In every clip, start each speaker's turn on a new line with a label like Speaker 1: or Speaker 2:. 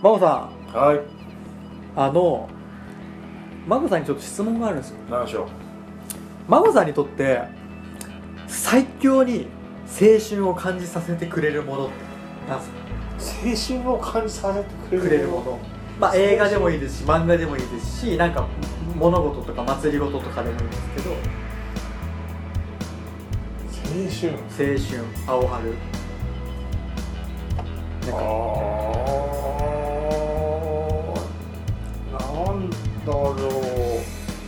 Speaker 1: 真帆さ
Speaker 2: はい
Speaker 1: んあの真帆さんにちょっと質問があるんですよ
Speaker 2: 何でしょう
Speaker 1: 真帆さんにとって最強に青春を感じさせてくれるものって何ですか
Speaker 2: 青春を感じさせてくれる
Speaker 1: くれるものまあ映画でもいいですし漫画でもいいですしなんか物事とか祭り事とかでもいいんですけど
Speaker 2: 青春
Speaker 1: 青春青春なんか
Speaker 2: あーなんだろ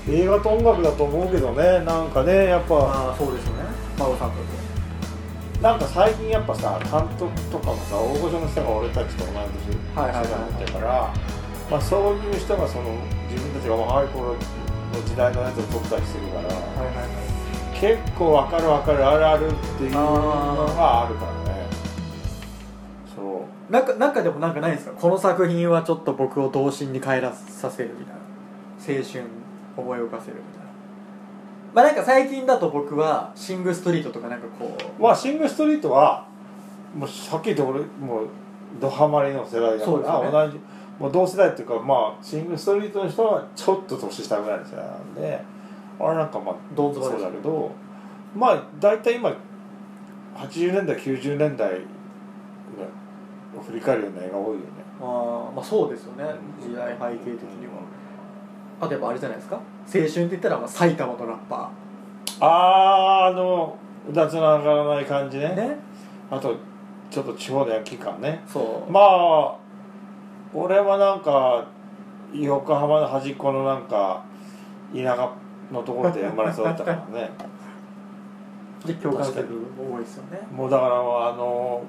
Speaker 2: う映画と音楽だと思うけどねなんかねやっぱ
Speaker 1: ああそうですよね真帆さんと
Speaker 2: なんか最近やっぱさ監督とかもさ大御所の人が俺たちと同じ世
Speaker 1: はいはいはい
Speaker 2: 代だったから、まあ、そういう人がその自分たちが若い頃の時代のやつを撮ったりしてるから、
Speaker 1: はいはいはい
Speaker 2: 結構わかるわかるあるあるっていうのがあるからねそう
Speaker 1: なんかなんかでもなんかないんですかこの作品はちょっと僕を童心に帰らさせるみたいな青春思い浮かせるみたいなまあなんか最近だと僕は「シング・ストリート」とかなんかこう
Speaker 2: まあ、シングルストリートはもうはっきり言って俺もうドハマりの世代だ
Speaker 1: そうです
Speaker 2: か
Speaker 1: よ
Speaker 2: ら、
Speaker 1: ね
Speaker 2: 同じもう同世代っていうかまあシングルストリートの人はちょっと年下ぐらいの世代なんであれなんかまあ
Speaker 1: どんずば
Speaker 2: そう
Speaker 1: です
Speaker 2: だ
Speaker 1: よ
Speaker 2: け
Speaker 1: ね
Speaker 2: どまあ大体今80年代90年代を振り返るような映画多いよね
Speaker 1: あーまあそうですよね時代背景的にはあとやっぱあれじゃないですか青春って言ったらまあ埼玉のラッパ
Speaker 2: あーあのうだつの上がらない感じね
Speaker 1: ーね
Speaker 2: あとちょっと地方のヤンキー感ね
Speaker 1: そう、
Speaker 2: まあ俺はなんか横浜の端っこのなんか田舎のところで生まれ育ったから ね
Speaker 1: で共感する部分多いですよね
Speaker 2: もうだからあの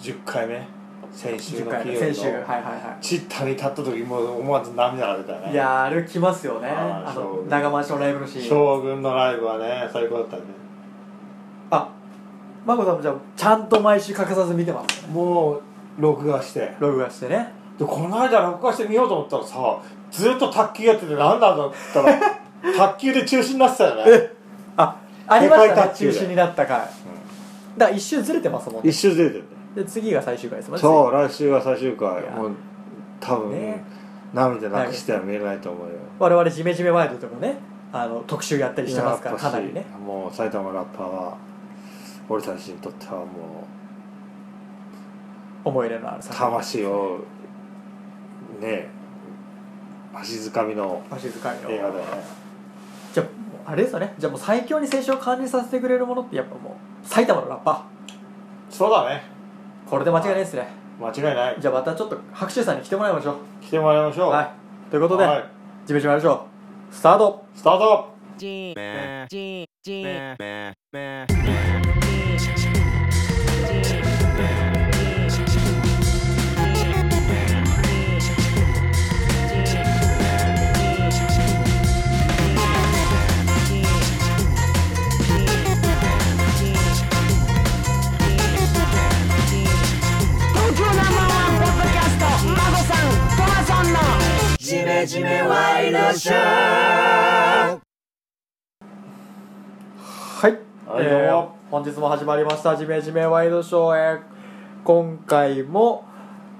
Speaker 2: 10回目先週
Speaker 1: 10
Speaker 2: の
Speaker 1: 回
Speaker 2: 金
Speaker 1: 目先
Speaker 2: 曜
Speaker 1: 週はい
Speaker 2: の
Speaker 1: はいはい
Speaker 2: チッタに立った時もう思わず涙が出たよね
Speaker 1: いやー歩きますよね
Speaker 2: あー
Speaker 1: あ
Speaker 2: そ
Speaker 1: の
Speaker 2: う
Speaker 1: 長回しのライブのシーン
Speaker 2: 将軍のライブはね最高だったね
Speaker 1: あまこさんもじゃあちゃんと毎週欠かさず見てますね
Speaker 2: もう録画してで
Speaker 1: ログはしてね
Speaker 2: この間録画してみようと思ったらさずっと卓球やっててなんだと思ったら 卓球で中止になってたよね
Speaker 1: あありまし
Speaker 2: 世界
Speaker 1: たね
Speaker 2: 卓
Speaker 1: 中
Speaker 2: 球で
Speaker 1: 止になった回だから一周ずれてますもんね
Speaker 2: 一周ずれてるね
Speaker 1: で次が最終回ですもんね
Speaker 2: そう来週は最終回
Speaker 1: いや
Speaker 2: もう多分、
Speaker 1: ね
Speaker 2: 涙なくしては見れないと思うよ
Speaker 1: 我々ジメジメワイドでもねあの特集やったりしてますから
Speaker 2: いや
Speaker 1: か
Speaker 2: やっぱ
Speaker 1: な
Speaker 2: し
Speaker 1: りね
Speaker 2: もう埼玉ラッパーは俺たちにとってはも
Speaker 1: 思い入れのある
Speaker 2: う
Speaker 1: 作品
Speaker 2: 魂をねわしづかみの
Speaker 1: わしづかみを
Speaker 2: 映画だよね
Speaker 1: じゃあもうあれですよねじゃあもう最強に青春を感じさせてくれるものってやっぱもう埼玉のラッパ
Speaker 2: そうだね
Speaker 1: ーこれで間違いないですね
Speaker 2: 間違いない
Speaker 1: じゃあまたちょっと白秋さんに来てもらいましょ
Speaker 2: 来てもらいまし
Speaker 1: う
Speaker 2: ょう
Speaker 1: はいということで、
Speaker 2: はい
Speaker 1: ジメジメワイドショースタート
Speaker 2: スタート
Speaker 3: 東京ナンバーワンポッドキャスト孫さんトマソンのジメジメワイドショー
Speaker 1: はい、
Speaker 2: はい
Speaker 1: えー
Speaker 2: どうも
Speaker 1: 本日も始まりました「ジメジメワイドショー」へ今回も、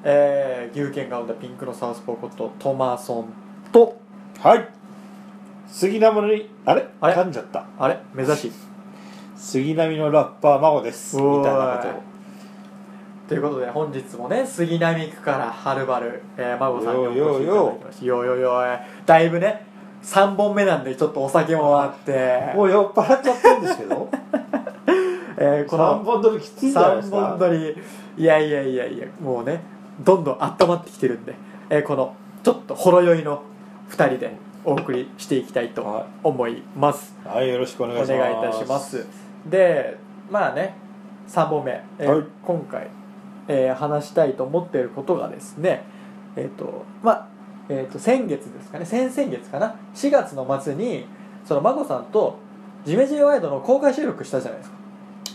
Speaker 1: えー、牛犬が生んだピンクのサウスポーことトマソンと
Speaker 2: はい杉並のにあれ
Speaker 1: あれ
Speaker 2: 噛んじゃった
Speaker 1: あれ目指し
Speaker 2: 杉並のラッパー孫ですみたいなこと
Speaker 1: お
Speaker 2: を
Speaker 1: ーいということで本日もね杉並区からはるばる、えー、孫さんにお越しいただきましたよよよよえーだいぶね3本目なんでちょっとお酒もあって、
Speaker 2: もう酔っ払っちゃったんですけど
Speaker 1: えーこの
Speaker 2: 3本撮りきついんじゃない
Speaker 1: 3
Speaker 2: ですか
Speaker 1: 本撮りいやいやいやいやもうねどんどん温まってきてるんで、えーこのちょっとほろ酔いの2人でお送りしていきたいと思います、
Speaker 2: はいよろしくお願いします
Speaker 1: お願いいたしますでまあね3本目、えー
Speaker 2: はい
Speaker 1: 今回、えー話したいと思っていることがですねえっ、とまあえー、と先月ですかね先々月かな4月の末にその眞子さんと「ジメジメワイド」の公開収録したじゃないですか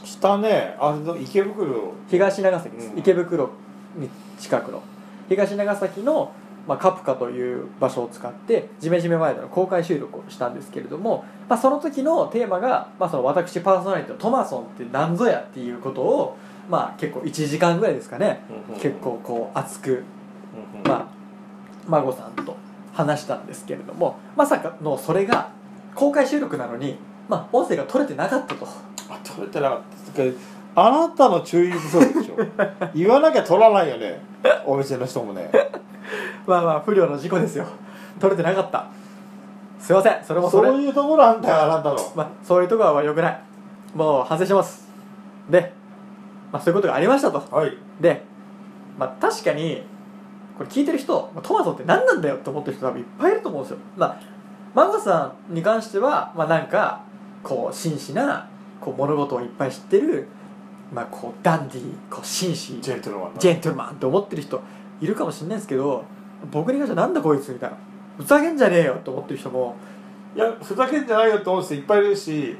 Speaker 2: 下ねあれの池袋
Speaker 1: 東長崎です、
Speaker 2: うん
Speaker 1: 池袋に近くの東長崎の、まあ、カプカという場所を使ってジメジメワイドの公開収録をしたんですけれども、まあ、その時のテーマが、まあ、その私パーソナリティのトマソンって何ぞやっていうことを、まあ結構1時間ぐらいですかね
Speaker 2: うんうん
Speaker 1: 結構こう熱く
Speaker 2: うんうん
Speaker 1: まあ、孫さんと話したんですけれどもまさかのそれが公開収録なのに、まあ、音声が取れてなかったと
Speaker 2: あ取れてなかったけどあなたの注意不足でしょ言わなきゃ取らないよねお店の人もね
Speaker 1: まあまあ不良の事故ですよ取れてなかったすいませんそれもそ
Speaker 2: そ
Speaker 1: れ
Speaker 2: ういうところあんだよあなたの
Speaker 1: まあ、そういうところは良くないもう反省しますで、まあ、そういうことがありましたと
Speaker 2: はい
Speaker 1: で、まあ、確かにこれ聞いてる人まあトマトって何なんだよって思ってる人多分いっぱいいると思うんですよまあマゴさんに関しては、まあ、なんかこう真摯なこう物事をいっぱい知ってる、まあ、こうダンディーこう紳士
Speaker 2: ジェントルマンだ
Speaker 1: ジェントルマンって思ってる人いるかもしれないですけど僕に関してはなんだこいつみたいなふざけんじゃねえよって思ってる人も
Speaker 2: いやふざけんじゃないよって思う人いっぱいいるし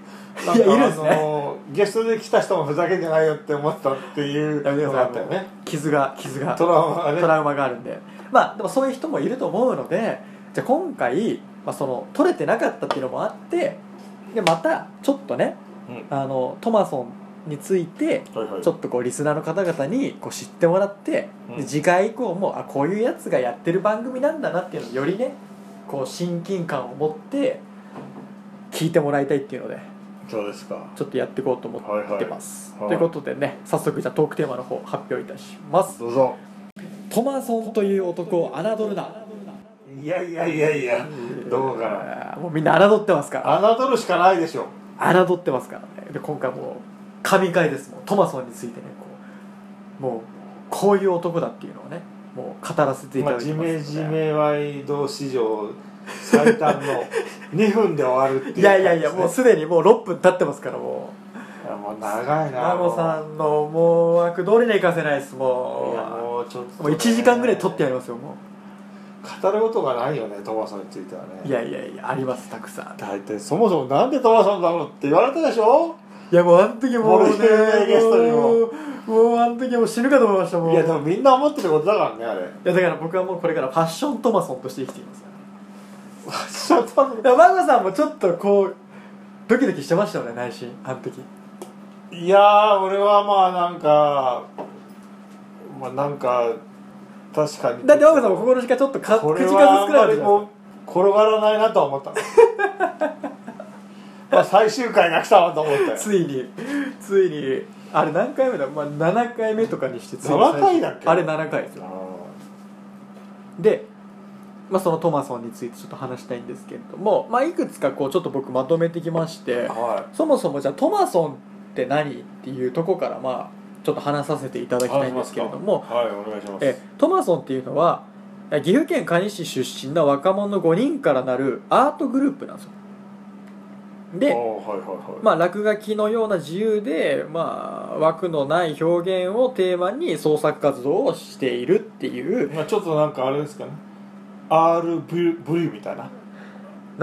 Speaker 2: ない
Speaker 1: やいるんですね
Speaker 2: あのゲストで来た人もふざけんじゃないよって思ったっていう
Speaker 1: やめてください
Speaker 2: のがあったよね
Speaker 1: 傷が傷が
Speaker 2: トラウマがね
Speaker 1: トラウマがあるんでまあでもそういう人もいると思うのでじゃあ今回、まあ、その取れてなかったっていうのもあってでまたちょっとね
Speaker 2: うん
Speaker 1: あのトマソンについて
Speaker 2: はいはい
Speaker 1: ちょっとこうリスナーの方々にこう知ってもらって、
Speaker 2: うん
Speaker 1: で次回以降もあこういうやつがやってる番組なんだなっていうのをよりねこう親近感を持って聞いてもらいたいっていうので
Speaker 2: そうですか
Speaker 1: ちょっとやっていこうと思ってます、
Speaker 2: はいはい
Speaker 1: ということでね早速じゃあトークテーマの方発表いたします
Speaker 2: どうぞ
Speaker 1: トマソンという男を侮るない
Speaker 2: やいやいやいやどうかな
Speaker 1: えーもうみんな侮ってますか
Speaker 2: 侮るしかないでしょ
Speaker 1: ら侮ってますからねで今回もう神回ですもうトマソンについてねこうもうこういう男だっていうのをねもう語らせていた
Speaker 2: ま
Speaker 1: だ
Speaker 2: あ、
Speaker 1: き
Speaker 2: ジ
Speaker 1: ますので、
Speaker 2: メジメワイド史上最短 の2分で終わるっていう感じです
Speaker 1: いやい
Speaker 2: ね、
Speaker 1: やいやもうすでにもう6分経ってますからも
Speaker 2: いやもう長いうな
Speaker 1: 孫さんの思惑通りにはいかせないですも
Speaker 2: いうやもうちょっと、
Speaker 1: もう1時間ぐらい撮ってや
Speaker 2: る
Speaker 1: りますよも
Speaker 2: 語ることがないよねトマさんについてはね
Speaker 1: ういやいやいやありますたくさん
Speaker 2: 大体そもそもなんでトマさんだろうって言われたでしょ
Speaker 1: いやもうあの時もうね
Speaker 2: もう有名ゲストにも
Speaker 1: もうもうあの時はもう死ぬかと思いましたもう
Speaker 2: い
Speaker 1: い
Speaker 2: やでもみんな思ってることだからねあれ
Speaker 1: やだから僕はもうこれからファッショントマソンとして生きています
Speaker 2: ちょっと
Speaker 1: だからマゴさんもちょっとこうドキドキしてましたよね内心あの時
Speaker 2: いやー俺はまあなんかまあなんか確かに
Speaker 1: だってマゴさんも心の時間ちょっとか
Speaker 2: こ
Speaker 1: 口
Speaker 2: れ
Speaker 1: 数少
Speaker 2: はあん
Speaker 1: な
Speaker 2: ま
Speaker 1: い
Speaker 2: りもう転がらないなと は思ったまあ最終回が来たわと思ったよ
Speaker 1: ついについにあれ何回目だ、まあ、7回目とかにしてついに最初
Speaker 2: 7回だっけ
Speaker 1: あれ7回ですよ
Speaker 2: あ
Speaker 1: で、まあ、そのトマソンについてちょっと話したいんですけれども、まあ、いくつかこうちょっと僕まとめてきまして
Speaker 2: ーは
Speaker 1: そもそもじゃあトマソンって何っていうとこからまあちょっと話させていただ
Speaker 2: い
Speaker 1: きたいんですけれども
Speaker 2: はいお願いします
Speaker 1: えトマソンっていうのはえ岐阜県可児市出身の若者5人からなるアートグループなんですよ
Speaker 2: あー
Speaker 1: で、
Speaker 2: はいはいはい、
Speaker 1: まあ、落書きのような自由で、まあ、枠のない表現をテーマに創作活動をしているっていう
Speaker 2: まあ、ちょっとなんかあれですかね R ブリブリみたいな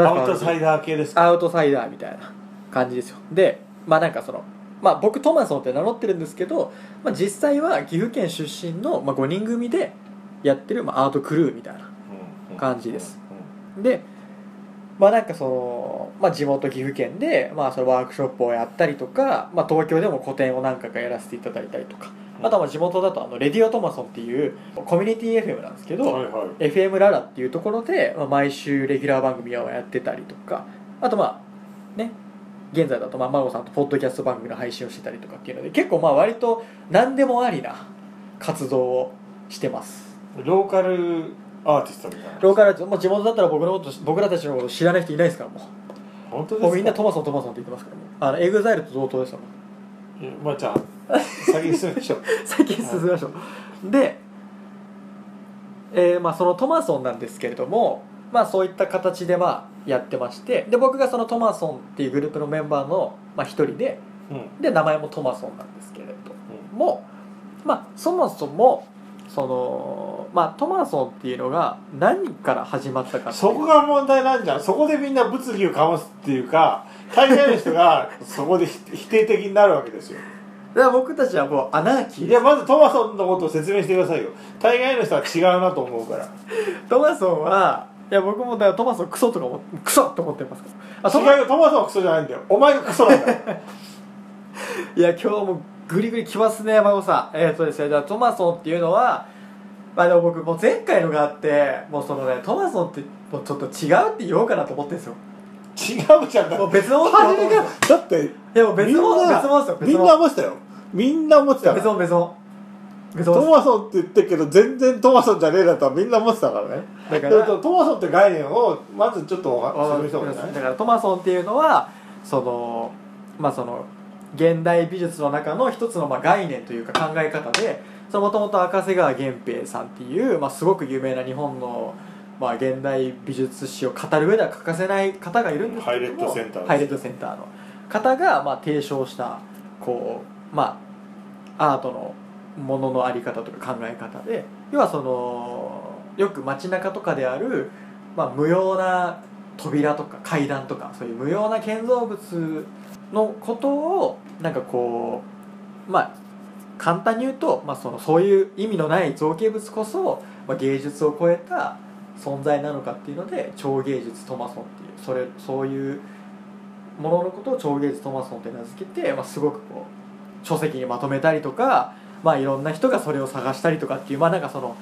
Speaker 2: アウトサイダー系ですか
Speaker 1: アウトサイダーみたいな感じですよでまあなんかその、まあ、僕トマソンって名乗ってるんですけど、まあ、実際は岐阜県出身の、まあ、5人組でやってる、まあ、アートクルーみたいな感じです、でまあなんかその、まあ、地元岐阜県で、まあ、そのワークショップをやったりとか、まあ、東京でも個展を何回かやらせていただいたりとかあとはまあ地元だとあのレディオトマソンっていうコミュニティ FM なんですけ
Speaker 2: うん
Speaker 1: ど、
Speaker 2: うんはいはい
Speaker 1: FM ララっていうところで、まあ、毎週レギュラー番組をやってたりとかあとまあね現在だとまあ孫さんとポッドキャスト番組の配信をしてたりとかっていうので結構まあ割と何でもありな活動をしてます
Speaker 2: ローカルアーティストみたいな
Speaker 1: ローカルアーティストもう地元だったら僕のこと僕らたちのこと知らない人いないですからも
Speaker 2: 本当
Speaker 1: う
Speaker 2: です
Speaker 1: も
Speaker 2: か
Speaker 1: うみんなトマソントマソンって言ってますからもうあのエグザイルと同等でしたもん
Speaker 2: いやまあじゃあ先に進みましょう
Speaker 1: 最近進みましょうで、えーまあ、そのトマソンなんですけれども、まあ、そういった形でまあやってましてで僕がそのトマソンっていうグループのメンバーのまあ、一人で
Speaker 2: うん
Speaker 1: で名前もトマソンなんですけれども、まあ、そもそもその、まあ、トマソンっていうのが何から始まったかっていう
Speaker 2: そこが問題なんじゃんそこでみんな物議を醸すっていうか大概の人がそこでひ否定的になるわけで すよ
Speaker 1: だから僕たちはもうアナーキー
Speaker 2: い
Speaker 1: で
Speaker 2: やまずトマソンのことを説明してくださいよ大概の人は違うなと思うから
Speaker 1: トマソンはいや僕もだからトマソンクソとかもクソと思ってますからあトマ
Speaker 2: 違うよトマソンはクソじゃないんだよお前がクソなんだよ
Speaker 1: いや今日もグリグリきますね孫さんえっ、とですねじゃあトマソンっていうのはまあでも僕もう前回のがあってもうそのねトマソンってもうちょっと違うって言おうかなと思ってるんですよ
Speaker 2: 違うじゃんだ
Speaker 1: も
Speaker 2: っ
Speaker 1: う
Speaker 2: て
Speaker 1: 別のものって言おうと思ってるんですよ
Speaker 4: だって
Speaker 1: いやもう別
Speaker 4: みん
Speaker 1: のもの
Speaker 4: な
Speaker 1: 別のものですよ別
Speaker 4: み
Speaker 1: の
Speaker 4: ん
Speaker 1: も
Speaker 4: な
Speaker 1: の
Speaker 4: 思ってたよみんな思ってたか
Speaker 1: 別
Speaker 4: ら
Speaker 1: の別の別の
Speaker 4: トマソンって言ってるけど全然トマソンじゃねえだとはみんな思ってたからね
Speaker 1: だか
Speaker 2: だ
Speaker 1: ら
Speaker 2: からトマソンって概念をまずちょっとお話しする人が
Speaker 1: だ
Speaker 2: ね
Speaker 1: からトマソンっていうのはそのまあその現代美術の中の一つのまあ概念というか考え方でもともと赤瀬川源平さんっていう、まあ、すごく有名な日本の、まあ、現代美術史を語る上では欠かせない方がいるんですけども
Speaker 2: ハイレットセンターです
Speaker 1: ハイレットセンターの方がまあ提唱したこうまあアートのもののあり方とか考え方で要はそのよく街中とかである、まあ、無用な扉とか階段とかそういう無用な建造物のことをなんかこうまあ簡単に言うと、まあ、そのそういう意味のない造形物こそ、まあ、芸術を超えた存在なのかっていうので超芸術トマソンっていうそれそういうもののことを超芸術トマソンって名付けて、まあ、すごくこう書籍にまとめたりとか、まあ、いろんな人がそれを探したりとかっていうまあなんかその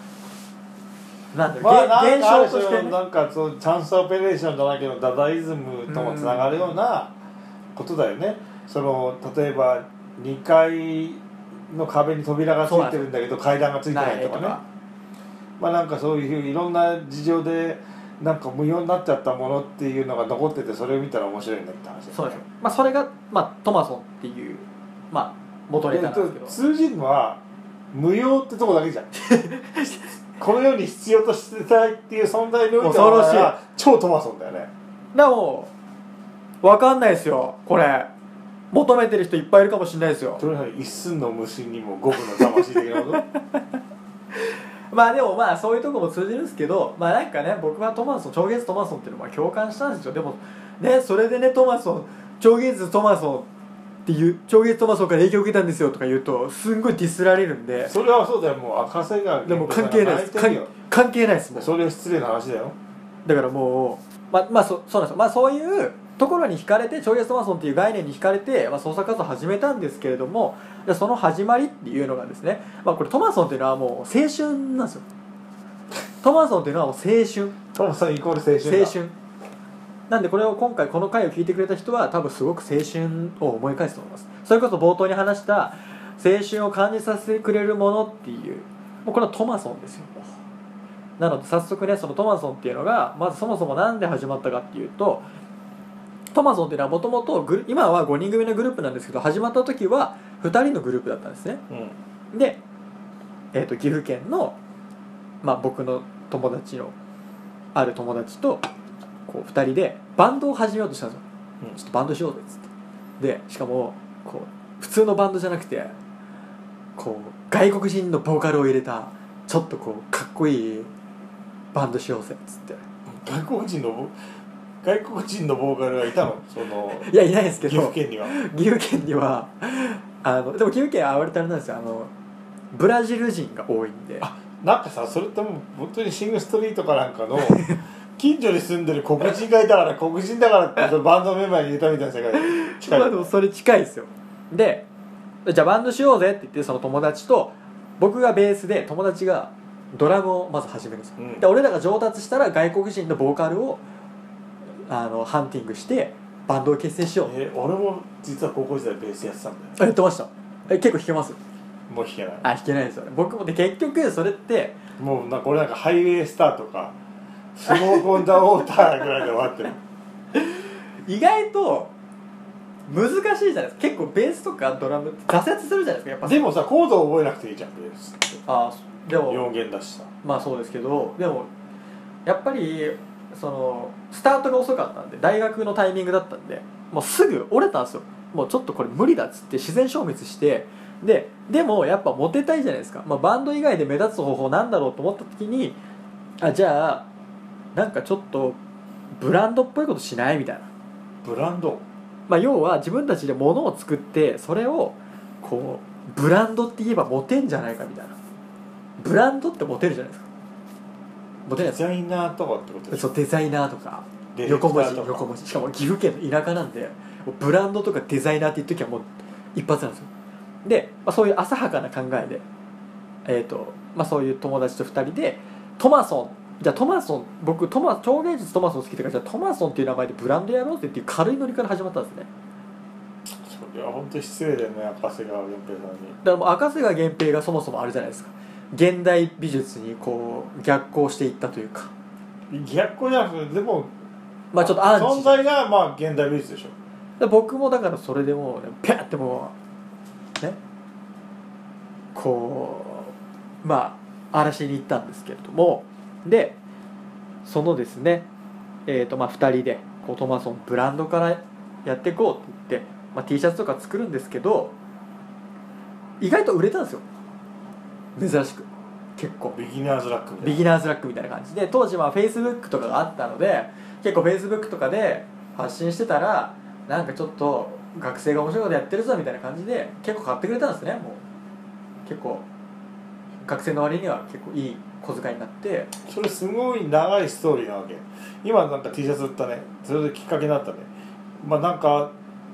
Speaker 1: なんだろう、
Speaker 2: まあ、
Speaker 1: げ
Speaker 2: な
Speaker 1: 現
Speaker 2: んかあ
Speaker 1: 象
Speaker 2: る
Speaker 1: とし
Speaker 2: 種
Speaker 1: て
Speaker 2: の
Speaker 1: ね
Speaker 2: なんかそうチャンスオペレーションじゃないけどダダイズムともつながるようなことだよね、その例えば2階の壁に扉がついてるんだけど階段がついてないとかねまあなんかそういういろんな事情でなんか無用になっちゃったものっていうのが残っててそれを見たら面白いねって話だよね
Speaker 1: そうです、まあ、それが、まあ、トマソンっていう、まあ、元ネタなんですけ
Speaker 2: えっ
Speaker 1: ど
Speaker 2: と通じるのは無用ってとこだけ じゃんこの世に必要としてたいっていう存在の
Speaker 1: 恐ろしい
Speaker 2: 超トマソンだよね
Speaker 1: でもわかんないですよこれ求めてる人いっぱいいるかもしれないですよ
Speaker 2: とにかく一寸の虫にも五分の魂的なこと
Speaker 1: まあでもまあそういうとこも通じるんですけどまあなんかね僕はトマソン超月トマソンっていうのは共感したんですよでもねそれでねトマソン超月トマソンっていう超月トマソンから影響を受けたんですよとか言うとすんごいディスられるんで
Speaker 2: それはそうだよもう赤瀬が
Speaker 1: でも関係ないです
Speaker 2: 泣てるよ
Speaker 1: 関関係ないですもん
Speaker 2: それは失礼な話だよ
Speaker 1: だからもうまあまあそそうなんですよまあそういうところに惹かれて超越トマソンっていう概念に惹かれて、まあ、創作活動を始めたんですけれどもじゃあその始まりっていうのがですね、まあ、これトマソンっていうのはもう青春なんですよトマソンっていうのはもう青春
Speaker 2: トマソンイコール青春
Speaker 1: 青
Speaker 2: だ
Speaker 1: 春なんでこれを今回この回を聞いてくれた人は多分すごく青春を思い返すと思いますそれこそ冒頭に話した青春を感じさせてくれるものっていうもうこれはトマソンですよなので早速ねそのトマソンっていうのがまずそもそも何で始まったかっていうとトマソンっていうのはもともとグル今は5人組のグループなんですけど始まった時は2人のグループだったんですね
Speaker 2: うん
Speaker 1: で、えー、と岐阜県の、まあ、僕の友達のある友達とこう2人でバンドを始めようとしたんですよ、
Speaker 2: うん
Speaker 1: ちょっとバンドしようぜっつってでしかもこう普通のバンドじゃなくてこう外国人のボーカルを入れたちょっとこうかっこいいバンドしようぜっつって
Speaker 2: 外国人のボ外国人のボーカルがいた のその
Speaker 1: いやいないですけ
Speaker 2: 岐
Speaker 1: ど
Speaker 2: 阜県には
Speaker 1: 岐阜県にはあのでも岐阜県は割とあれなんですよあのブラジル人が多いんで
Speaker 2: なんかさそれってもう本当にシングストリートかなん かの近所に住んでる黒人がいたから黒人だからってそのバンドメンバーに入れたみたいな世界に近い
Speaker 1: まあでもそれ近いですよでじゃあバンドしようぜって言ってその友達と僕がベースで友達がドラムをまず始めるんですよ、
Speaker 2: うん
Speaker 1: で俺らが上達したら外国人のボーカルをあのハンティングしてバンドを結成しよう
Speaker 2: えー俺も実は高校時代ベースやってたんだよ
Speaker 1: えやってましたえ結構弾けます
Speaker 2: もう弾けない
Speaker 1: あ弾けないですよね僕もで結局それって
Speaker 2: もうなんか俺なんかハイウェイスターとかスモークオンダウォーターぐらいで終わってる
Speaker 1: 意外と難しいじゃないですか結構ベースとかドラムって挫折するじゃないですかやっぱ
Speaker 2: でもさコードを覚えなくていいじゃんベースって
Speaker 1: あーでも
Speaker 2: 4弦だしさ
Speaker 1: まあそうですけどでもやっぱりそのスタートが遅かったんで大学のタイミングだったんでもうすぐ折れたんですよもうちょっとこれ無理だっつって自然消滅してででもやっぱモテたいじゃないですか、まあ、バンド以外で目立つ方法なんだろうと思った時にあじゃあなんかちょっとブランドっぽいことしないみたいな、
Speaker 2: ブランド
Speaker 1: まあ、要は自分たちで物を作ってそれをこうブランドって言えばモテんじゃないかみたいなブランドってモテるじゃないですかモテない
Speaker 2: デ
Speaker 1: ですか
Speaker 2: ザイナーとかってことでし
Speaker 1: そ
Speaker 2: ょ
Speaker 1: うデザイナーとか
Speaker 2: ディレク
Speaker 1: 横
Speaker 2: タ
Speaker 1: 文
Speaker 2: ー
Speaker 1: 字
Speaker 2: とか
Speaker 1: 横文字しかも岐阜県の田舎なんでもうブランドとかデザイナーって言う時はもう一発なんですよで、まあ、そういう浅はかな考えで、えーとまあ、そういう友達と2人でトマソンじゃあトマソン僕トマ超現実トマソン好きだからじゃあトマソンっていう名前でブランドやろうぜっていう軽いノリから始まったんですね
Speaker 2: それは本当に失礼だよねやっぱ瀬川源平さんに
Speaker 1: だからもう赤瀬川源平がそもそもあれじゃないですか現代美術にこう逆行していったというか
Speaker 2: 逆光じゃなくてでも
Speaker 1: まあちょっとアンチ
Speaker 2: 存在がまあ現代美術でしょ
Speaker 1: で僕もだからそれでもうねピャーってもうねこうまあ嵐に行ったんですけれどもでそのですねえーとまあ、2人でこうトマソンブランドからやっていこうって言って、まあ、T シャツとか作るんですけど意外と売れたんですよ珍しく結構
Speaker 2: ビギナーズラックみたい
Speaker 1: ビ
Speaker 2: な
Speaker 1: ギナーズラックみたいな感じで当時まあフェイスブックとかがあったので結構フェイスブックとかで発信してたらなんかちょっと学生が面白いことやってるぞみたいな感じで結構買ってくれたんですねもう結構学生の割には結構いい小遣いになって
Speaker 2: それすごい長いストーリーなわけ今なんか T シャツ売ったねそれできっかけになったねまあなんか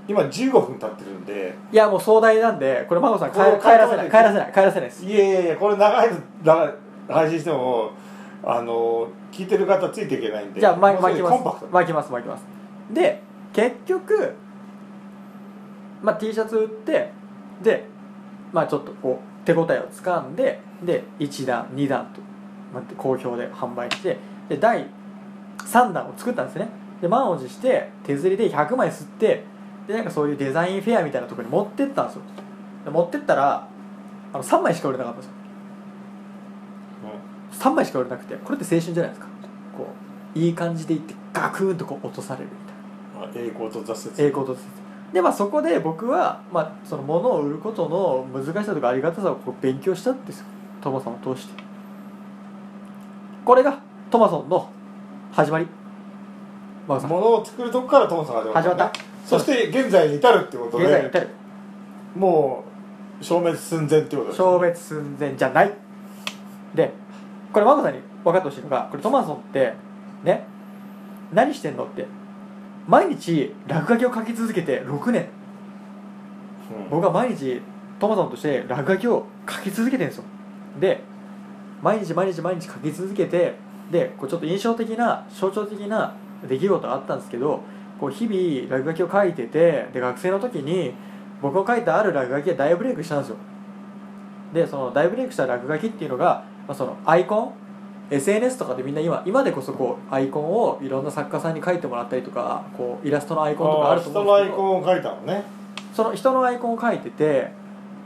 Speaker 2: 今15分経ってるんで
Speaker 1: いやもう壮大なんでこれ真帆さん帰
Speaker 2: こう
Speaker 1: 帰らせない
Speaker 2: 帰
Speaker 1: 帰らせない帰らせないです
Speaker 2: いやいやいやこれ長いの長い配信してもあの聞いてる方ついていけないんで
Speaker 1: じゃあま
Speaker 2: もう
Speaker 1: 巻
Speaker 2: す
Speaker 1: き
Speaker 2: ごい
Speaker 1: ま
Speaker 2: コンパク
Speaker 1: す
Speaker 2: ト
Speaker 1: 巻きます巻きますで結局、まあ、T シャツ売ってでまあちょっとこう手応えをつかんでで1弾2弾と、まあ、好評で販売してで第3弾を作ったんですねで満を持して手刷りで100枚吸ってでなんかそういうデザインフェアみたいなところに持ってったんですよで持ってったらあの3枚しか売れなかったんですよ3枚しか売れなくてこれって青春じゃないですかこういい感じでいってガクーンとこう落とされるみたいな
Speaker 2: うんまあ栄光と挫折
Speaker 1: 栄光と挫折でまあそこで僕は、まあ、その物を売ることの難しさとかありがたさをこう勉強したんですよトマソンを通してこれがトマソンの始まりマグさん
Speaker 2: ものを作るとこからトモさんが
Speaker 1: 始まった
Speaker 2: そして現在に至るってこと
Speaker 1: 現在に
Speaker 2: で
Speaker 1: 至る
Speaker 2: もう消滅寸前ってことです
Speaker 1: 消滅寸前じゃないでこれマコさんに分かってほしいのがこれトマソンってね何してんのって毎日落書きを書き続けて6年
Speaker 2: うん
Speaker 1: 僕は毎日トマソンとして落書きを書き続けてるんですよで毎日毎日毎日書き続けてでこうちょっと印象的な象徴的な出来事があったんですけどこう日々落書きを書いててで学生の時に僕の書いたある落書きが大ブレイクしたんですよでその大ブレイクした落書きっていうのが、まあ、そのアイコン SNS とかでみんな今今でこそこうアイコンをいろんな作家さんに書いてもらったりとかこうイラストのアイコンとかあると思
Speaker 2: 人
Speaker 1: うん
Speaker 2: の
Speaker 1: です
Speaker 2: ア
Speaker 1: けど
Speaker 2: イコンを描いたのね
Speaker 1: その人のアイコンを描いてて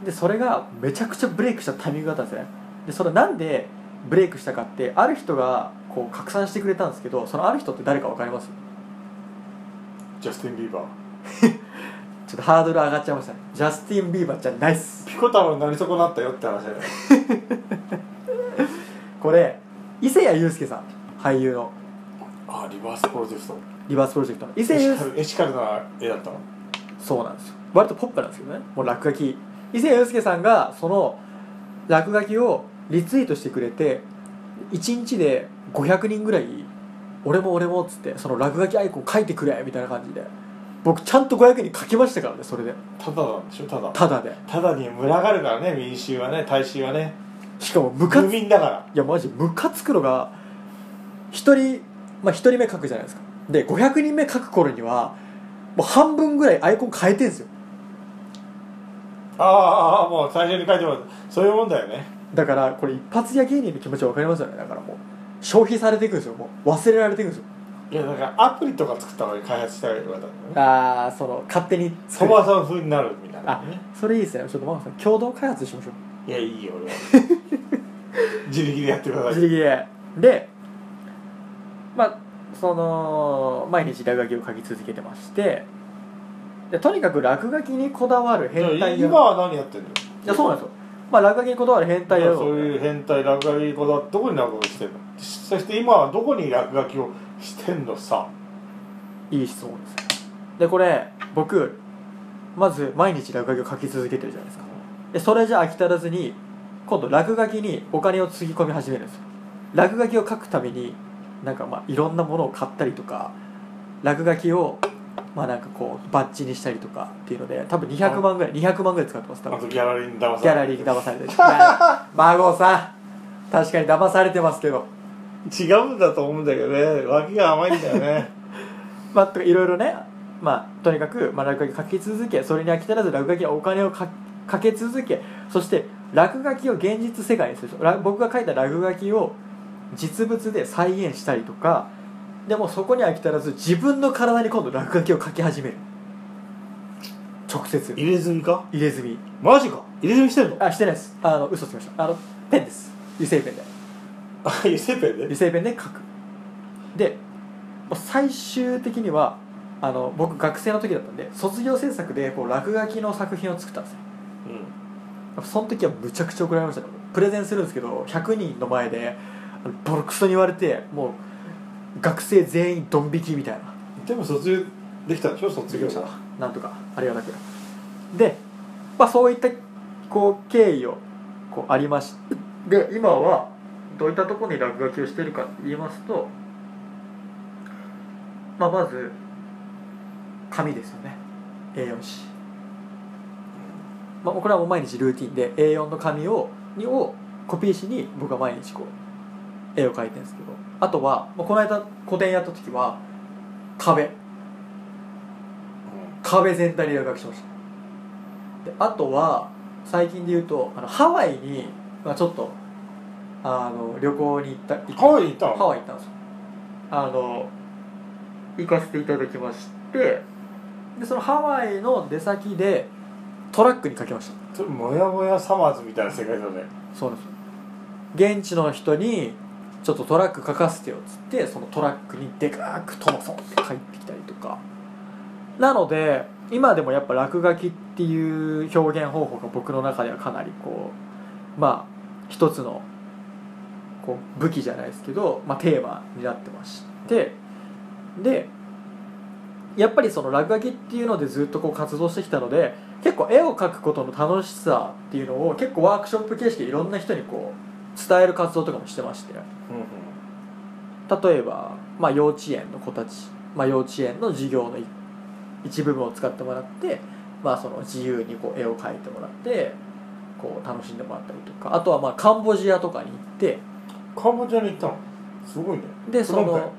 Speaker 1: でそれがめちゃくちゃブレイクしたタイミングだったんですねでそれなんでブレイクしたかってある人がこう拡散してくれたんですけどそのある人って誰か分かります
Speaker 2: ジャスティン・ビーバー
Speaker 1: ちょっとハードル上がっちゃいましたねジャスティン・ビーバーじゃないっす
Speaker 2: ピコ太郎になり損なったよって話だよね
Speaker 1: これ伊勢谷友介さん俳優の
Speaker 2: あリバースプロジェクト
Speaker 1: リバースプロジェクトの伊勢
Speaker 2: エ
Speaker 1: 谷友
Speaker 2: シカ
Speaker 1: 介
Speaker 2: ルエシカルな絵だったの
Speaker 1: そうなんですよ割とポップなんですけどねもう落書き伊勢谷友介さんがその落書きをリツイートしてくれて1日で500人ぐらい「俺も俺も」っつってその落書きアイコン書いてくれみたいな感じで僕ちゃんと500人書きましたからねそれで
Speaker 2: ただなんでしょただ
Speaker 1: ただで
Speaker 2: ただに群がるからね民衆はね大衆はね
Speaker 1: しかもムカ
Speaker 2: 無
Speaker 1: つい
Speaker 2: 民だから
Speaker 1: やマジムカつくのが1人まあ1人目書くじゃないですかで500人目書く頃にはもう半分ぐらいアイコン変えてんですよ
Speaker 2: ああああもう最初に書いてもらったそういうもんだよね
Speaker 1: だからこれ一発屋芸人の気持ちは分かりますよねだからもう消費されていくんですよもう忘れられていくんですよ
Speaker 2: いやだからアプリとか作った方が開発した方がよかったんだよね
Speaker 1: ああその勝手に
Speaker 2: そばさん風になるみたいな
Speaker 1: あ
Speaker 2: ね
Speaker 1: それいいですねちょっとママさん共同開発しましょう
Speaker 2: いやいい よ俺は自力でやってください
Speaker 1: 自力ででまあその毎日落書きを書き続けてましてでとにかく落書きにこだわる変
Speaker 2: じゃあ
Speaker 1: 態野
Speaker 2: 今
Speaker 1: 郎
Speaker 2: は何やってんの
Speaker 1: いやそうなんですよ、まあ、落書きにこだわる変態野郎
Speaker 2: そういう変態落書き子だどこに落書きしてんのそして今はどこに落書きをしてんのさ
Speaker 1: いい質問ですでこれ僕まず毎日落書きを書き続けてるじゃないですかでそれじゃ飽き足らずに今度落書きにお金をつぎ込み始めるんですよ落書きを書くためになんかまあいろんなものを買ったりとか落書きをまあなんかこうバッチにしたりとかっていうので多分200万ぐらい200万ぐらい使ってます多
Speaker 2: あ
Speaker 1: 分
Speaker 2: とギャラリーに騙されて
Speaker 1: ギャラリーに騙されてるはい孫さん確かに騙されてますけど
Speaker 2: 違うんだと思うんだけどね脇が甘いんだよね
Speaker 1: まあとかいろいろねまあとにかく、まあ、落書き書き続けそれに飽き足らず落書きはお金をかかけ続けそして落書きを現実世界にするら僕が書いた落書きを実物で再現したりとかでもそこに飽き足らず自分の体に今度落書きを書き始める直接
Speaker 2: 入れ墨か
Speaker 1: 入れ墨
Speaker 2: マジか入れ墨してんの
Speaker 1: あしてないですあの嘘つきましたあのペンです油性ペンで
Speaker 2: あ油性ペンで
Speaker 1: 油性ペンで書くでもう最終的にはあの僕学生の時だったんで卒業制作でこう落書きの作品を作ったんですよ
Speaker 2: うん
Speaker 1: その時はむちゃくちゃ怒られましたねプレゼンするんですけど100人の前であのボロクソに言われてもう学生全員ドン引きみたいな
Speaker 2: でも卒業できたでしょ卒業者
Speaker 1: なんとかありがたくで、まあ、そういったこう経緯をこうありましてで今はどういったところに落書きをしてるかって言いますと、まあ、まず紙ですよね A4 紙、まあ、これはもう毎日ルーティンで A4 の紙をにをコピー紙に僕は毎日こう絵を描いてるんですけどあとは、まあ、この間個展やった時は壁壁全体に落書きしましたであとは最近で言うとあのハワイに、まあ、ちょっとあの旅行に行った行っ
Speaker 2: ハワイに行ったの
Speaker 1: ハワイ行ったんですよあの行かせていただきましてでそのハワイの出先でトラックにかけました
Speaker 2: それもやもやサマーズみたいな世界だね
Speaker 1: そうなんですよ現地の人にちょっとトラック書かせてよっつってそのトラックにでかくトマソンって帰ってきたりとかなので今でもやっぱ落書きっていう表現方法が僕の中ではかなりこうまあ一つのこう武器じゃないですけど、まあ、テーマになってましてでやっぱりその落書きっていうのでずっとこう活動してきたので結構絵を描くことの楽しさっていうのを結構ワークショップ形式でいろんな人にこう伝える活動とかもしてまして
Speaker 2: う
Speaker 1: 例えば、まあ、幼稚園の子たち、まあ、幼稚園の授業の一一部分を使ってもらって、まあ、その自由にこう絵を描いてもらってこう楽しんでもらったりとかあとはまあカンボジアとかに行って
Speaker 2: んカンボジアに行ったのすごいね
Speaker 1: でそ
Speaker 2: プノンペン
Speaker 1: の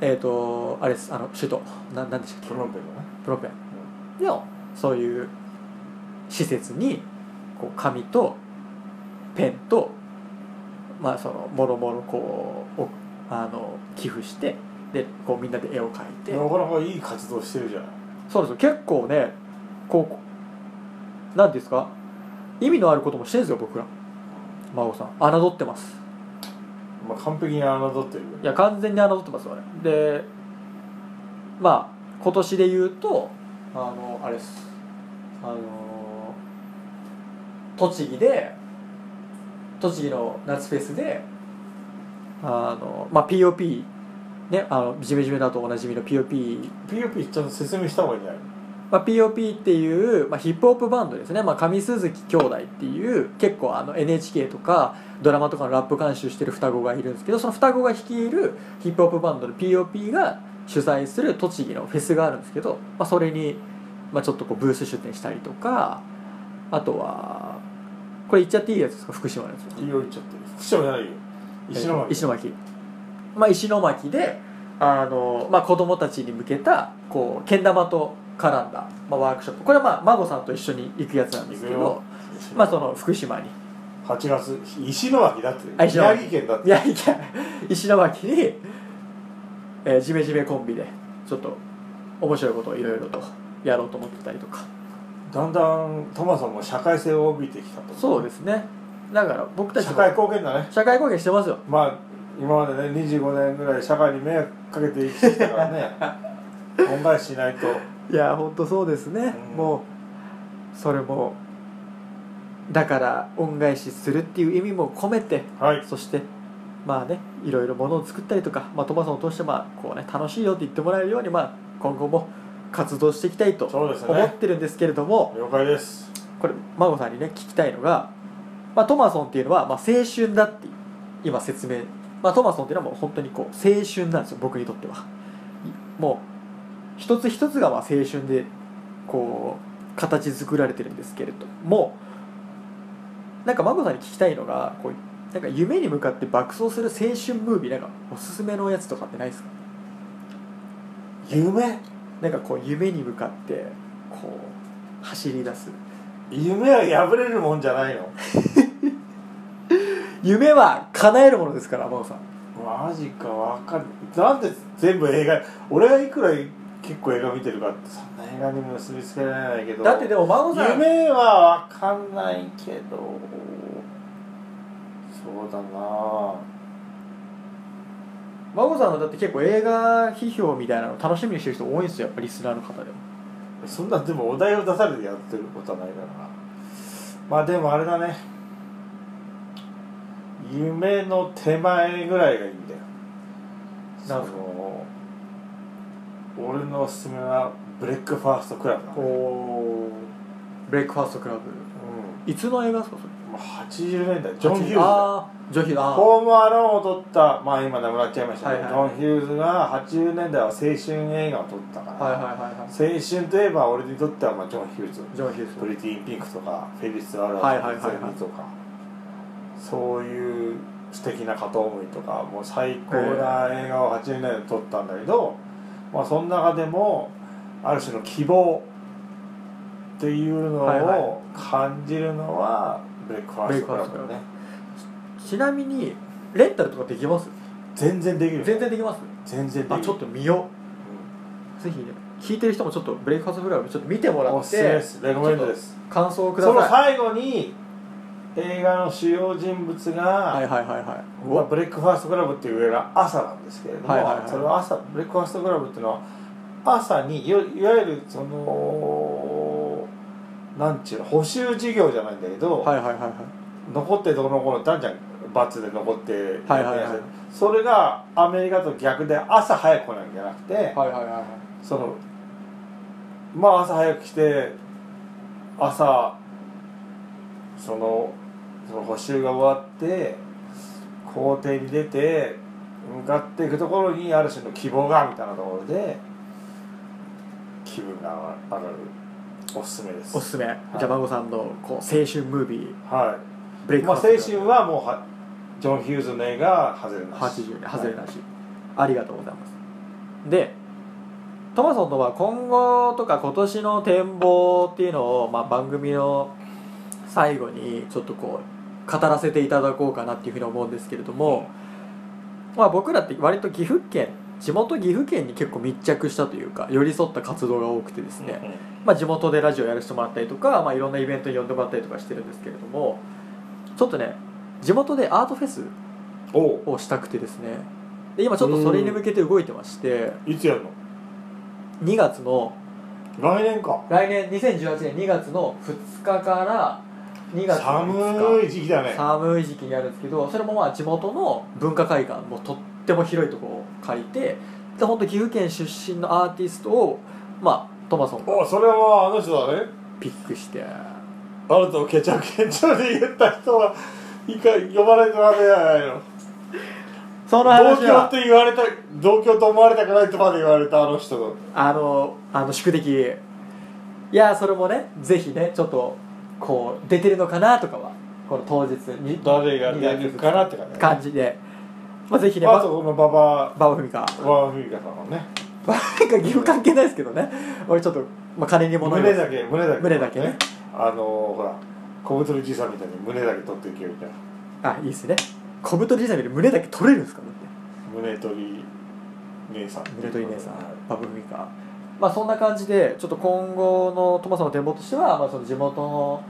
Speaker 1: えっ、とあれですあの首都ななんでしたっけ
Speaker 2: プロンペンがね
Speaker 1: プロペンのそういう施設にこう紙とペンとまあそのもろもろこうおあの寄付してでこうみんなで絵を描いて
Speaker 2: なかなかいい活動してるじゃない
Speaker 1: そうですよ結構ねこう何ですか意味のあることもしてるんですよ僕ら孫さん侮ってます
Speaker 2: まあ完璧に侮ってるよね
Speaker 1: いや完全に侮ってますよねでまあ今年で言うとあのあれですあの栃木で栃木の夏フェスであのまあ POP ねあのジメジメだとおなじみの POP
Speaker 2: POP ちゃんと説明した方がいいんじゃない
Speaker 1: まあ、POP っていう、まあ、ヒップホップバンドですね、まあ、上鈴木兄弟っていう結構あの NHK とかドラマとかのラップ監修してる双子がいるんですけどその双子が率いるヒップホップバンドの POP が主催する栃木のフェスがあるんですけど、まあ、それに、まあ、ちょっとこうブース出展したりとかあとはこれ言っちゃっていいやつですか福島のやつ
Speaker 2: いいよ言っちゃってる福島じゃないよ石巻
Speaker 1: 石巻まあ、石巻であの、まあ、子供たちに向けたこうけん玉と絡んだ、まあ、ワークショップこれはまあ孫さんと一緒に行くやつなんですけ
Speaker 2: 行くよ
Speaker 1: ど、まあ、その福島に
Speaker 2: 8月石巻だって
Speaker 1: あ石巻
Speaker 2: 宮城県だって
Speaker 1: 宮城県石巻に、えー、ジメジメコンビでちょっと面白いことをいろいろとやろうと思ってたりとか
Speaker 2: だんだんトマさんも社会性を帯びてきたと
Speaker 1: そうですねだから僕たちも
Speaker 2: 社会貢献だね
Speaker 1: 社会貢献してますよ
Speaker 2: まあ今までね25年ぐらい社会に迷惑かけて生きてきたからね恩返ししないと
Speaker 1: いや本当そうですね、
Speaker 2: うん
Speaker 1: もうそれもだから恩返しするっていう意味も込めて
Speaker 2: はい
Speaker 1: そしてまあねいろいろものを作ったりとか、まあ、トマソンを通してまあこう、ね、楽しいよって言ってもらえるように、まあ、今後も活動していきたいと
Speaker 2: そうですね
Speaker 1: 思ってるんですけれども、
Speaker 2: 了解です
Speaker 1: これ孫さんにね聞きたいのが、まあ、トマソンっていうのは、まあ、青春だって今説明、まあ、トマソンっていうのはもう本当にこう青春なんですよ僕にとってはもう一つ一つがまあ青春でこう形作られてるんですけれどもなんか眞子さんに聞きたいのがこうなんか夢に向かって爆走する青春ムービーなんかおすすめのやつとかってないですか
Speaker 2: 夢
Speaker 1: なんかこう夢に向かってこう走り出す
Speaker 2: 夢は破れるもんじゃないの
Speaker 1: 夢は叶えるものですから真帆さん
Speaker 2: マジかわかるなんで全部映画俺がいくら結構映画見てるかってそんな映画にも結びつけられないけど
Speaker 1: だってでも真帆さん
Speaker 2: 夢はわかんないけどそうだな
Speaker 1: 真帆さんはだって結構映画批評みたいなの楽しみにしてる人多いんですよやっぱリスナーの方でも
Speaker 2: そんなんでもお題を出されてやってることはないからなまあでもあれだね夢の手前ぐらいがいいんだよ
Speaker 1: な
Speaker 2: そ
Speaker 1: んすか
Speaker 2: の俺のおすすめはブレックファーストクラブだね、
Speaker 1: おブレックファーストクラブいつの映画ですかそれ
Speaker 2: うん、もう80年代ジョン・ヒューズだよ
Speaker 1: ああジョンヒューズあー
Speaker 2: ホームアローンを撮ったまあ今亡くなっちゃいましたけど、
Speaker 1: はいはい
Speaker 2: ジョン・ヒューズが80年代は青春映画を撮ったから、
Speaker 1: はいはいはいはい
Speaker 2: 青春といえば俺にとってはまあジョン・ヒューズ
Speaker 1: ジョンヒュー
Speaker 2: プ
Speaker 1: ズ
Speaker 2: リティーンピンクとかフェリス・アラ
Speaker 1: はい
Speaker 2: ー
Speaker 1: は
Speaker 2: と
Speaker 1: い
Speaker 2: か
Speaker 1: はいはい
Speaker 2: ゼミとかそういう素敵な片思いとかもう最高な映画を80年代に撮ったんだけど、まあ、その中でもある種の希望っていうの
Speaker 1: はいはい
Speaker 2: を感じるのはブレックファーストクラブだ
Speaker 1: ブレッ
Speaker 2: ね
Speaker 1: ちなみにレンタルとかできます
Speaker 2: 全然できる
Speaker 1: 全然できます
Speaker 2: 全然できる
Speaker 1: あちょっと見ようぜひね聞いてる人もちょっとブレイクファーストクラブちょっと見ても
Speaker 2: う
Speaker 1: ら
Speaker 2: ん、お
Speaker 1: っ
Speaker 2: すすめで
Speaker 1: て
Speaker 2: すレコメンドです
Speaker 1: 感想をくだ
Speaker 2: その
Speaker 1: さ
Speaker 2: 最後に映画の主要人物が、
Speaker 1: いはいはいはいはいう
Speaker 2: まあ
Speaker 1: わ
Speaker 2: ブレックファーストクラブっていう上が朝なんですけれども、
Speaker 1: はいはいはい
Speaker 2: それは朝ブレックファーストクラブっていうのは朝にいわいわゆるそのなんちゅうの補修事業じゃないんだけど、
Speaker 1: はいはいはいはい
Speaker 2: 残ってどうのこうのだんじゃん罰で残って
Speaker 1: はいはいはい
Speaker 2: それがアメリカと逆で朝早く来ないんじゃなくて、
Speaker 1: はいはいはいはい
Speaker 2: そのまあ朝早く来て朝そのその補習が終わって校庭に出て向かっていくところにある種の希望がみたいなところで気分が上がるおすすめです
Speaker 1: おすすめ、じゃあ孫さんのこう青春ムービー
Speaker 2: は
Speaker 1: ブレイ
Speaker 2: い、
Speaker 1: ク
Speaker 2: まあ、
Speaker 1: フ
Speaker 2: 青
Speaker 1: ァースト
Speaker 2: 春はもうはジョン・ヒューズの映画外れなし
Speaker 1: 80年外れなし、ありがとうございますでトマソンのは今後とか今年の展望っていうのを、まあ、番組の最後にちょっとこう語らせていただこうかなっていうふうに思うんですけれども、まあ、僕らって割と岐阜県地元岐阜県に結構密着したというか寄り添った活動が多くてですね、
Speaker 2: うんうん
Speaker 1: まあ、地元でラジオやらせてもらったりとか、まあ、いろんなイベントに呼んでもらったりとかしてるんですけれどもちょっとね地元でアートフェス
Speaker 2: おう
Speaker 1: をしたくてですねで今ちょっとそれに向けて動いてまして
Speaker 2: いつやるの
Speaker 1: 2月の
Speaker 2: 来年か
Speaker 1: 来年2018年2月の2日から2月の5
Speaker 2: 寒い時期だね
Speaker 1: 日寒い時期にあるんですけどそれもまあ地元の文化会館もうとっても広いところを借りてで本当岐阜県出身のアーティストをまあトマソンが
Speaker 2: おそれはあの人だね
Speaker 1: ピックして
Speaker 2: あなたをケチャケチャで言った人は一回呼ばれてまでじゃないの
Speaker 1: その
Speaker 2: 同
Speaker 1: 話
Speaker 2: 居っ
Speaker 1: は
Speaker 2: て言われた同居と思われたくないとまで言われたあの人の
Speaker 1: あのあの宿敵いやそれもねぜひねちょっとこう出てるのかなとかはこの当日に
Speaker 2: 誰が出るかなって感じ
Speaker 1: 感じで、まあ、ぜひね、
Speaker 2: まず
Speaker 1: ば
Speaker 2: この馬場
Speaker 1: バオフミカ、
Speaker 2: はフミカさんのね
Speaker 1: バオフミカ、岐阜関係ないですけどね、俺ちょっと、まあ、金に物言わ
Speaker 2: 胸
Speaker 1: ず
Speaker 2: だけ胸だけ
Speaker 1: 胸だけね
Speaker 2: あのほら小太りじいさんみたいに胸だけ取っていけみたいな
Speaker 1: あ、いいですね、小太り時代で胸だけ取れるんですか、だっ
Speaker 2: 胸取り姉さん
Speaker 1: て、胸取り姉さ
Speaker 2: はい
Speaker 1: ん、バオフミカ、まあ、そんな感じで、ちょっと今後のトマさんの展望としては、まあ、その地元の、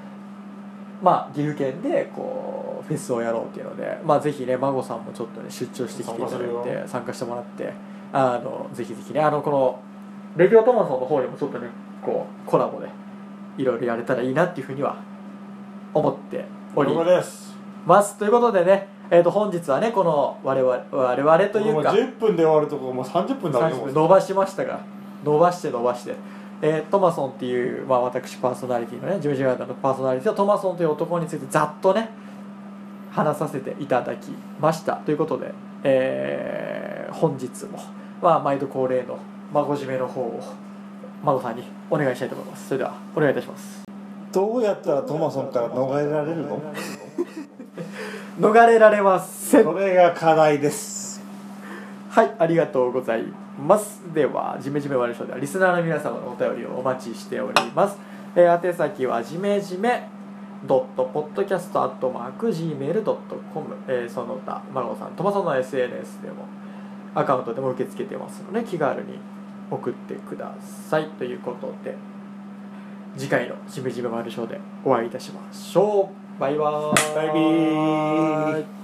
Speaker 1: まあ、岐阜県でこう、フェスをやろうっていうので、まあ、ぜひね、孫さんもちょっとね、出張してきていただい
Speaker 2: 参加する
Speaker 1: て、参加してもらって、あのぜひぜひね、あのこのレディオトマソンの方でもちょっとねこうコラボでいろいろやれたらいいなっていうふうには思っており
Speaker 2: ここです
Speaker 1: ますということでね、えー、と本日はねこの我々我々とい
Speaker 2: も
Speaker 1: う
Speaker 2: う
Speaker 1: か
Speaker 2: 10分で終わるとこもう30分だもんね
Speaker 1: 30分伸ばしましたが伸ばして伸ばして、えートマソンっていう、まあ、私パーソナリティのねジムジムのパーソナリティはトマソンという男についてざっとね話させていただきましたということで、えー本日も、まあ、毎度恒例の孫締めの方を孫さんにお願いしたいと思いますそれではお願いいたします
Speaker 2: どうやったらトマソンから逃れられるの
Speaker 1: 逃れられません
Speaker 2: それが課題です
Speaker 1: はいありがとうございますではジメジメワイドショーではリスナーの皆様のお便りをお待ちしております、えー、宛先はジメジメドットポッドキャストアットマーク Gmail.com、えー、その他マロさんとまその SNS でもアカウントでも受け付けてますので気軽に送ってくださいということで次回の「ジメジメワイドショー」でお会いいたしましょうバイバーイ
Speaker 2: バイビー